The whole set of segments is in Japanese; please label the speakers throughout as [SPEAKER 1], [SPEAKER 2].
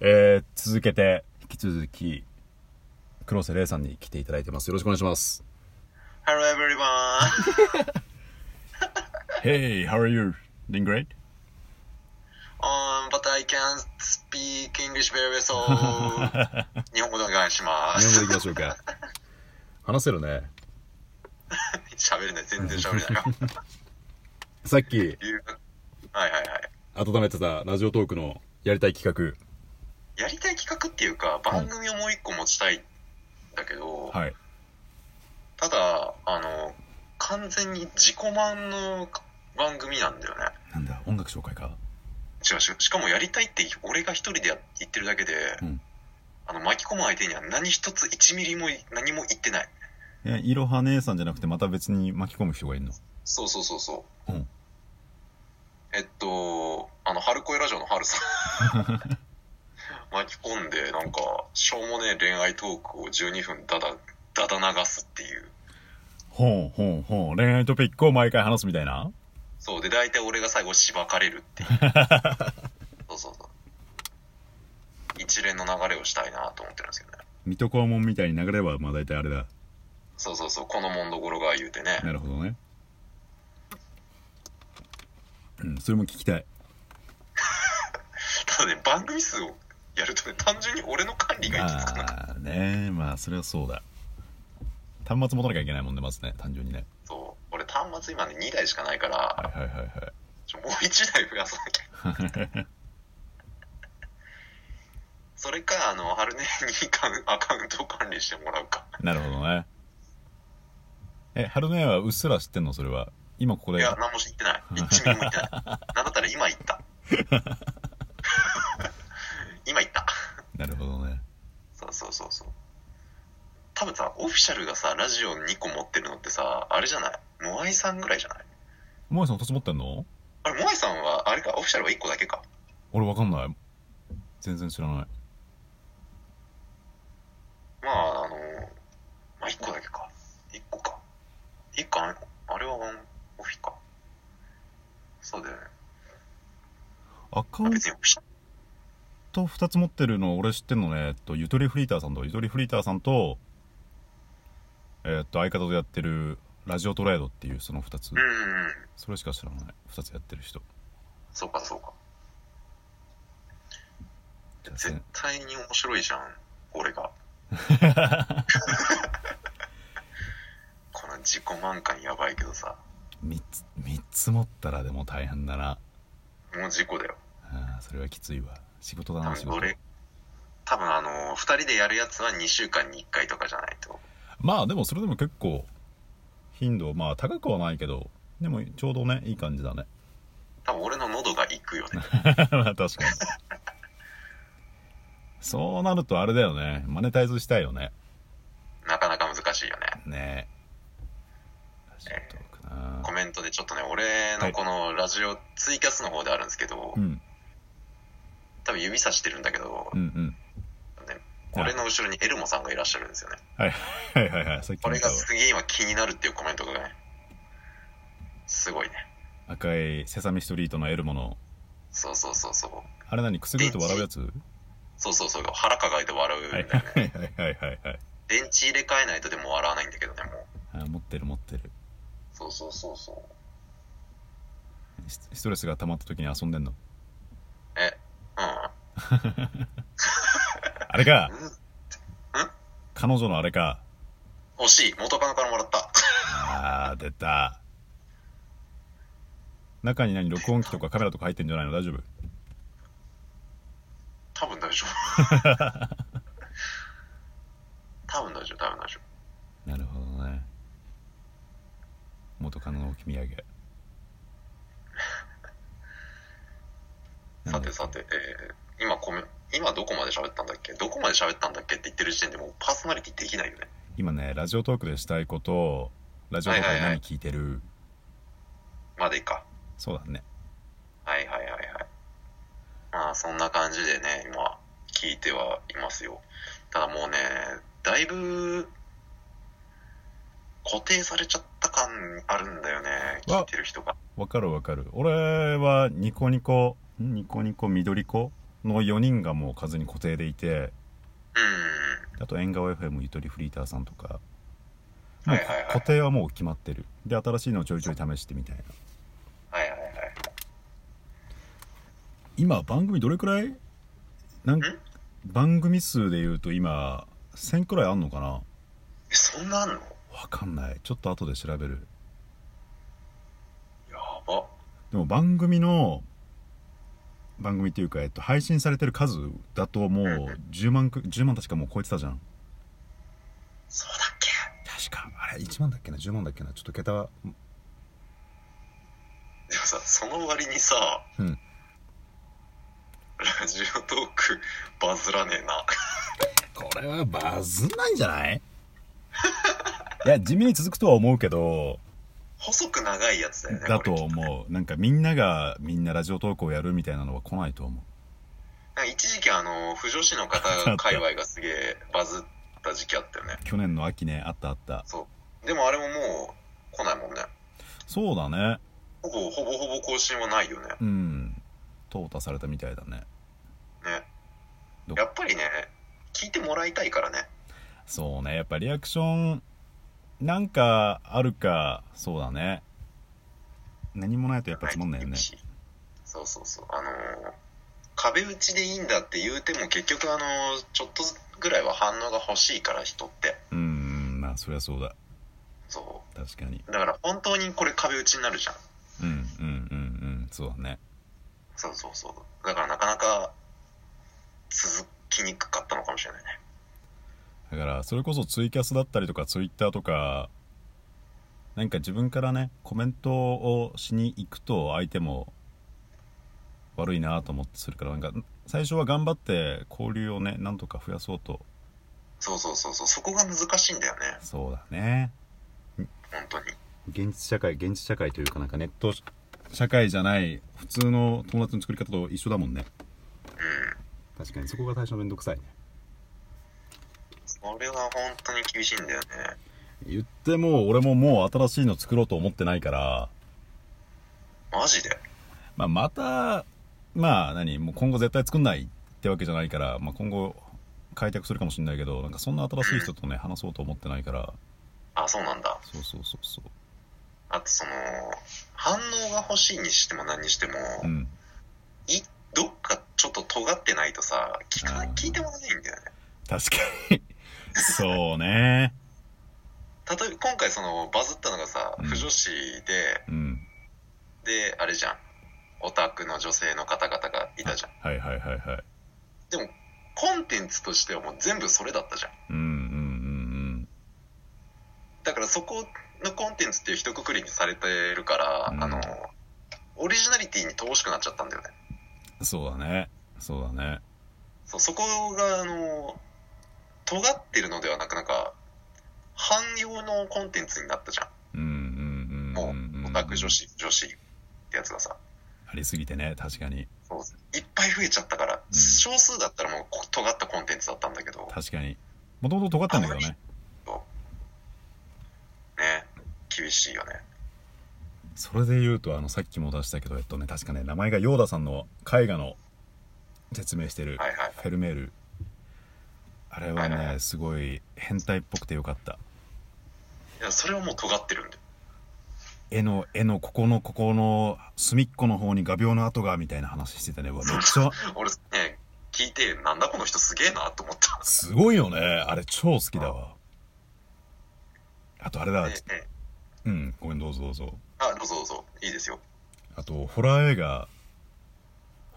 [SPEAKER 1] えー、続けて、引き続き、黒瀬玲さんに来ていただいてます。よろしくお願いします。
[SPEAKER 2] Hello everyone.
[SPEAKER 1] Hey, how are you? Doing great?
[SPEAKER 2] Um, but I can speak English very well, so 日本語でお願いし
[SPEAKER 1] 日
[SPEAKER 2] ま
[SPEAKER 1] 本語
[SPEAKER 2] す
[SPEAKER 1] でい。きましょうか。話せるね。
[SPEAKER 2] 喋れない、全然喋 れないよ。
[SPEAKER 1] さっき、
[SPEAKER 2] はいはいはい。
[SPEAKER 1] 温めてたラジオトークのやりたい企
[SPEAKER 2] やりたい企画っていうか、番組をもう一個持ちたいんだけど、
[SPEAKER 1] 画。はい。
[SPEAKER 2] ただ、あの、完全に自己満の番組なんだよね。
[SPEAKER 1] なんだ、音楽紹介か。
[SPEAKER 2] 違う、ししかもやりたいって俺が一人でや言ってるだけで、
[SPEAKER 1] うん
[SPEAKER 2] あの、巻き込む相手には何一つ1ミリも何も言ってない。
[SPEAKER 1] え、いろは姉さんじゃなくてまた別に巻き込む人がいるの
[SPEAKER 2] そうそうそうそう。
[SPEAKER 1] うん
[SPEAKER 2] えっと、あの、春恋ラジオの春さん。 巻き込んで、なんか、しょうもねえ恋愛トークを12分だだ、だだ流すっていう。
[SPEAKER 1] ほうほうほう。恋愛トピックを毎回話すみたいな
[SPEAKER 2] そう。で、大体俺が最後しばかれるっていう。 そうそうそう。一連の流れをしたいなと思ってるんですけどね。
[SPEAKER 1] 水戸黄門みたいに流れはまあ大体あれだ。
[SPEAKER 2] そうそうそう。このもんどころが言うてね。
[SPEAKER 1] なるほどね。うん、それも聞きたい。
[SPEAKER 2] ただね、番組数をやるとね、単純に俺の管理が行き着かなくて。
[SPEAKER 1] あねまあそれはそうだ。端末持たなきゃいけないもんね、まずね、単純にね。
[SPEAKER 2] そう。俺端末今ね、2台しかないから、
[SPEAKER 1] はいはいはいはい。
[SPEAKER 2] ちょもう1台増やさなきゃ。それか、あの、春音にカウンアカウントを管理してもらうか。
[SPEAKER 1] なるほどね。え、春の絵はうっすら知ってんのそれは。今ここ
[SPEAKER 2] い
[SPEAKER 1] で。
[SPEAKER 2] や、何も言ってない。1ミリも言ってない。なんだったら今言 った。今言った。
[SPEAKER 1] なるほどね。
[SPEAKER 2] そうそうそうそう。多分さ、オフィシャルがさ、ラジオ2個持ってるのってさ、あれじゃないモアイさんぐらいじゃない
[SPEAKER 1] お前さん2つ持ってんの
[SPEAKER 2] あれ、モアイさんは、あれか、オフィシャルは1個だけか。
[SPEAKER 1] 俺わかんない。全然知らない。
[SPEAKER 2] まあ、あの、まあ1個だけか。1個か。1個あれ、あれはワンオフィか。そうだよね。
[SPEAKER 1] アカウン
[SPEAKER 2] 別にオフィシャル。
[SPEAKER 1] ト2つ持ってるの俺知ってんのね、えっと、ゆとりフリーターさんと、ゆとりフリーターさんと、えっと、相方とやってるラジオトレードっていうその2つ
[SPEAKER 2] う。んうんうん。
[SPEAKER 1] それしか知らない。2つやってる人。
[SPEAKER 2] そうかそうか。
[SPEAKER 1] じゃあせ
[SPEAKER 2] 絶
[SPEAKER 1] ん
[SPEAKER 2] 対に面白いじゃん、俺が。この自己満感やばいけどさ、
[SPEAKER 1] 3つ、3つ持ったらでも大変だな。
[SPEAKER 2] もう事故だよ。
[SPEAKER 1] ああ、それはきついわ。仕事だ
[SPEAKER 2] 多
[SPEAKER 1] な、仕
[SPEAKER 2] 分
[SPEAKER 1] 事。
[SPEAKER 2] 俺、多分あの、二人でやるやつは2週間に1回とかじゃないと。
[SPEAKER 1] まあでもそれでも結構頻度まあ高くはないけどでもちょうどねいい感じだね
[SPEAKER 2] 多分俺の喉がいくよね。
[SPEAKER 1] まあ確かにそうなるとあれだよねマネタイズしたいよね
[SPEAKER 2] なかなか難しいよね。
[SPEAKER 1] ねえラジオトークな
[SPEAKER 2] コメントでちょっとね、俺のこのラジオ、ツイキャスの方であるんですけど
[SPEAKER 1] う、ん
[SPEAKER 2] 多分指さしてるんだけど
[SPEAKER 1] うんう、ん
[SPEAKER 2] ね俺の後ろにエルモさんがいらっしゃるんですよね。
[SPEAKER 1] はいはいはいさっき
[SPEAKER 2] こ
[SPEAKER 1] 見
[SPEAKER 2] れ
[SPEAKER 1] た
[SPEAKER 2] が
[SPEAKER 1] わ
[SPEAKER 2] すげえ今気になるっていうコメントがね、すごいね。
[SPEAKER 1] 赤いセサミストリートのエルモの
[SPEAKER 2] そうそうそうそう。
[SPEAKER 1] あれ何くすぐると笑うやつは
[SPEAKER 2] そうそうそう。腹抱えて笑うんだ
[SPEAKER 1] い
[SPEAKER 2] よね。
[SPEAKER 1] はいはいはいはいはい
[SPEAKER 2] 電池入れ替えないとでも笑わないんだけどね、もう。
[SPEAKER 1] あ持ってる持ってる
[SPEAKER 2] そうそうそうそう。
[SPEAKER 1] スストレスが溜まった時に遊んでんの
[SPEAKER 2] え、う
[SPEAKER 1] あれか
[SPEAKER 2] ん。うん
[SPEAKER 1] 彼女のあれか
[SPEAKER 2] 惜しい。元カノからもらった。
[SPEAKER 1] ああ出た中に何録音機とかカメラとか入ってんじゃないの大丈夫
[SPEAKER 2] 多分大丈夫。 多分大丈夫、多分大丈
[SPEAKER 1] なるほどね元カノの置き土産
[SPEAKER 2] 夫。さてさて、えー、今コメ、今どこまで喋ったんだっけどこまで喋ったんだっけって言ってる時点でもうパーソナリティできないよね。
[SPEAKER 1] 今ねラジオトークでしたいことラジオトークで何聞いてる、
[SPEAKER 2] までいいか。
[SPEAKER 1] そうだね
[SPEAKER 2] はいはいはいはい。まあそんな感じでね、今聞いてはいますよ。ただもうね、だいぶ固定されちゃった感あるんだよね、
[SPEAKER 1] わ
[SPEAKER 2] 聞いてる人が。
[SPEAKER 1] わかるわかる俺はニコニコんニコニコ緑子の4人がもう数に固定でいて
[SPEAKER 2] うん。
[SPEAKER 1] あと縁側 FM ゆとりフリーターさんとかも
[SPEAKER 2] は
[SPEAKER 1] う
[SPEAKER 2] いはいはい
[SPEAKER 1] 固。定はもう決まってるで新しいのをちょいちょい試してみたいな
[SPEAKER 2] はいはいはい。
[SPEAKER 1] 今番組どれくらいなん
[SPEAKER 2] ん
[SPEAKER 1] 番組数でいうと今1000くらいあんのかな
[SPEAKER 2] え、そんなあんのや
[SPEAKER 1] わかんないちょっと後で調べる
[SPEAKER 2] ば。
[SPEAKER 1] でも番組の番組っていうか、えっと、配信されてる数だともう10万く10万確かもう超えてたじゃん
[SPEAKER 2] そうだっけ
[SPEAKER 1] 確かあれ1万だっけな10万だっけなちょっと桁は
[SPEAKER 2] でもさ、その割にさ、
[SPEAKER 1] うん
[SPEAKER 2] ラジオトークバズらねえな。
[SPEAKER 1] これはバズんないんじゃないいや地味に続くとは思うけど
[SPEAKER 2] 細く長いやつだよね。
[SPEAKER 1] だと
[SPEAKER 2] これきっね
[SPEAKER 1] 思うなんかみんながみんなラジオトークをやるみたいなのは来ないと思う
[SPEAKER 2] なんか一時期あの、不女子の方
[SPEAKER 1] あった
[SPEAKER 2] 界隈がすげえバズった時期あったよね。
[SPEAKER 1] 去年の秋ねあったあった
[SPEAKER 2] そう。でもあれももう来ないもんね。
[SPEAKER 1] そうだね
[SPEAKER 2] ほぼ、ほぼほぼ更新はないよね。
[SPEAKER 1] うん淘汰されたみたいだね
[SPEAKER 2] ね
[SPEAKER 1] ど。
[SPEAKER 2] やっぱりね、聞いてもらいたいからね。
[SPEAKER 1] そうねやっぱリアクションなんかあるかそうだね何もないとやっぱつまんないよね
[SPEAKER 2] そうそうそう。あのー壁打ちでいいんだって言うても結局あのーちょっとぐらいは反応が欲しいから人って。
[SPEAKER 1] うんうんまあそりゃそうだ
[SPEAKER 2] そ
[SPEAKER 1] 確かに
[SPEAKER 2] う。だから本当にこれ壁打ちになるじゃん。
[SPEAKER 1] うんうんうんうんそうだね
[SPEAKER 2] そうそうそう。だからなかなか続きにくかったのかもしれないね。
[SPEAKER 1] だからそれこそツイキャスだったりとかツイッターとかなんか自分からねコメントをしに行くと相手も悪いなと思ってするからなんか最初は頑張って交流をねなんとか増やそうと
[SPEAKER 2] そうそうそうそう。そこが難しいんだよね。
[SPEAKER 1] そうだね
[SPEAKER 2] 本当に。
[SPEAKER 1] 現実社会現実社会というかなんかネット社会じゃない普通の友達の作り方と一緒だもんね
[SPEAKER 2] うん。
[SPEAKER 1] 確かにそこが最初めんどくさいね
[SPEAKER 2] それは本当に厳しいんだよね。
[SPEAKER 1] 言っても俺ももう新しいの作ろうと思ってないから、
[SPEAKER 2] マジで。
[SPEAKER 1] まあ、またまあ何もう今後絶対作んないってわけじゃないから、まあ、今後開拓するかもしれないけどなんかそんな新しい人とね話そうと思ってないから
[SPEAKER 2] あ、そうなんだ。
[SPEAKER 1] そうそうそうそう
[SPEAKER 2] あとその、反応が欲しいにしても何にしても、
[SPEAKER 1] うん
[SPEAKER 2] いどっかちょっと尖ってないとさ聞か
[SPEAKER 1] あー
[SPEAKER 2] 聞いてもらえないんだよね
[SPEAKER 1] 確かに そうね
[SPEAKER 2] 例えば今回そのバズったのがさ
[SPEAKER 1] うん
[SPEAKER 2] 不女子で、
[SPEAKER 1] うん
[SPEAKER 2] であれじゃんオタクの女性の方々がいたじゃん
[SPEAKER 1] はいはいはいはい
[SPEAKER 2] でもコンテンツとしてはもう全部それだったじゃん
[SPEAKER 1] うんうんうん
[SPEAKER 2] だからそこのコンテンツっていう一括りにされてるから、
[SPEAKER 1] うん
[SPEAKER 2] あのオリジナリティに乏しくなっちゃったんだよね
[SPEAKER 1] うんそうだねそうだね
[SPEAKER 2] そうそこがあの尖ってるのではなくなんか汎用のコンテンツになったじゃん
[SPEAKER 1] うんうん
[SPEAKER 2] も
[SPEAKER 1] うんうん
[SPEAKER 2] うオタク女子女子ってやつがさ
[SPEAKER 1] ありすぎてね確かに
[SPEAKER 2] いっぱい増えちゃったから、
[SPEAKER 1] ん
[SPEAKER 2] 少数だったらもうこ尖ったコンテンツだったんだけど、
[SPEAKER 1] 確かにもともと尖ったんだけどね
[SPEAKER 2] ね、厳しいよね。
[SPEAKER 1] それで言うとあのさっきも出したけどえっとね確かね名前がヨーダさんの絵画の説明してる
[SPEAKER 2] はいはいはい。
[SPEAKER 1] フェルメールあれは
[SPEAKER 2] はいは
[SPEAKER 1] ねすごい変態っぽくてよかった
[SPEAKER 2] いや、それはもう尖ってるんで。
[SPEAKER 1] 絵の絵のここのここの隅っこの方に画鋲の跡がみたいな話してたねうわめっちゃ
[SPEAKER 2] 俺、ね、聞いて、なんだこの人すげえなと思った。
[SPEAKER 1] すごいよねあれ超好きだわあとあれだ
[SPEAKER 2] ねね
[SPEAKER 1] うんごめんどうぞどうぞ
[SPEAKER 2] あ、どうぞどうぞ。いいですよ。
[SPEAKER 1] あとホラー映画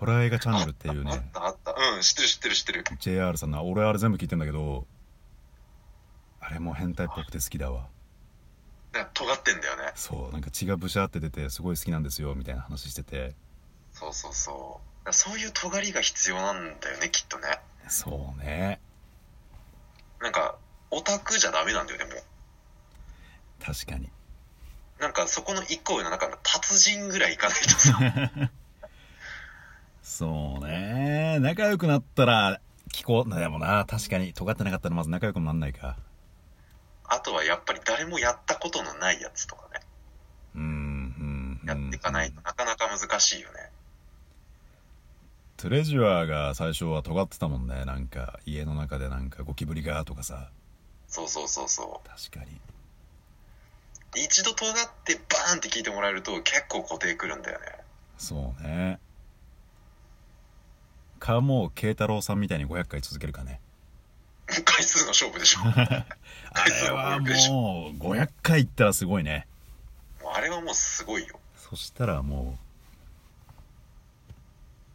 [SPEAKER 1] ホラー映画チャンネルっていう
[SPEAKER 2] あっ
[SPEAKER 1] ね
[SPEAKER 2] たあった。うん、知ってる知ってる知ってる。
[SPEAKER 1] JR さんの俺あれ全部聞いてんだけどあれも変態っぽくて好きだわ
[SPEAKER 2] なんか尖ってんだよね。
[SPEAKER 1] そうなんか血がブシャーって出てすごい好きなんですよみたいな話してて
[SPEAKER 2] そうそうそう。そういう尖りが必要なんだよね、きっとね。
[SPEAKER 1] そうね
[SPEAKER 2] なんか、オタクじゃダメなんだよね、もう。
[SPEAKER 1] 確かに
[SPEAKER 2] なんか、そこの一個上の中の達人ぐらいいかないとさ。
[SPEAKER 1] そうね仲良くなったら聞こうでもな確かに尖ってなかったらまず仲良くもなんないか
[SPEAKER 2] あとはやっぱり誰もやったことのないやつとかね、
[SPEAKER 1] うんうんうん
[SPEAKER 2] やっていかないとなかなか難しいよね。
[SPEAKER 1] トレジュアーが最初は尖ってたもんねなんか家の中でなんかゴキブリがとかさ
[SPEAKER 2] そうそうそうそ
[SPEAKER 1] 確かに
[SPEAKER 2] う一度尖ってバーンって聞いてもらえると結構固定くるんだよね
[SPEAKER 1] そうねかもう慶太郎さんみたいに500回続けるかね
[SPEAKER 2] 回数の勝負でしょ
[SPEAKER 1] あれはもう500回いったらすごいね
[SPEAKER 2] もうあれはもうすごいよ
[SPEAKER 1] そしたらも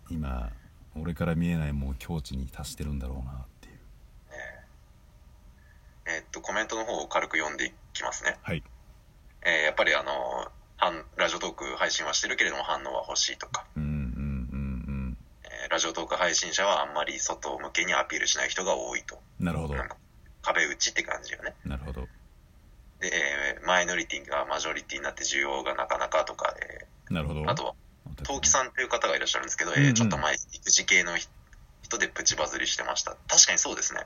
[SPEAKER 1] う今俺から見えないもう境地に達してるんだろうなっていう
[SPEAKER 2] えーっとコメントの方を軽く読んでいきますね
[SPEAKER 1] はい
[SPEAKER 2] えーやっぱりあの反ラジオトーク配信はしてるけれども反応は欲しいとか、
[SPEAKER 1] うんうんうん
[SPEAKER 2] えーラジオトーク配信者はあんまり外向けにアピールしない人が多いと
[SPEAKER 1] うんなるほど
[SPEAKER 2] なんか壁打ちって感じよね
[SPEAKER 1] なるほど
[SPEAKER 2] で、えーマイノリティがマジョリティになって需要がなかなかとか、え
[SPEAKER 1] なるほど
[SPEAKER 2] ーあとは陶器さんという方がいらっしゃるんですけど、
[SPEAKER 1] うん
[SPEAKER 2] え
[SPEAKER 1] う
[SPEAKER 2] ー
[SPEAKER 1] ん
[SPEAKER 2] ちょっと前育児系の人人でプチバズりしてました確かにそうですね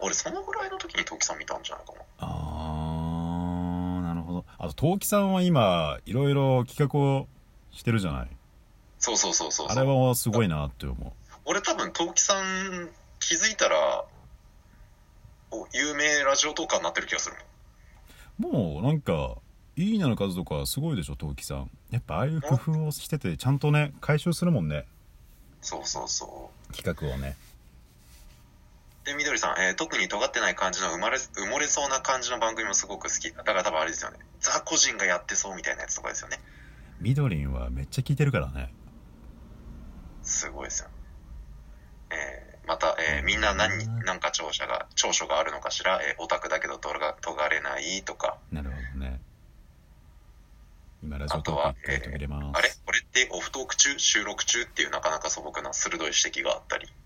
[SPEAKER 2] 俺そのぐらいの時に陶器さん見たんじゃないかな
[SPEAKER 1] あーなるほどあと陶器さんは今いろいろ企画をしてるじゃない
[SPEAKER 2] そうそうそうそう
[SPEAKER 1] あ
[SPEAKER 2] そ
[SPEAKER 1] れ
[SPEAKER 2] う
[SPEAKER 1] はすごいなって思
[SPEAKER 2] 俺多分陶器さん気づいたらお有名ラジオトーカーになってる気がするもん
[SPEAKER 1] うもうなんか「いいね」の数とかすごいでしょ陶器さんやっぱああいう工夫をしててちゃんとね回収するもんね
[SPEAKER 2] そうそうそう
[SPEAKER 1] 企画をね
[SPEAKER 2] で、みどりさん、えー特に尖ってない感じの埋まれ、埋もれそうな感じの番組もすごく好き。だから多分あれですよね。ザ個人がやってそうみたいなやつとかですよね。
[SPEAKER 1] みどりんはめっちゃ聞いてるからね
[SPEAKER 2] すごいですよね。えーまた、えーみんな何、なんか長所が、長所があるのかしら、えーオタクだけど尖が尖れないとか、
[SPEAKER 1] なるほどね今ラジオトーク一回途切れます
[SPEAKER 2] あれこれってオフトーク中収録中っていうなかなか素朴な鋭い指摘があったり。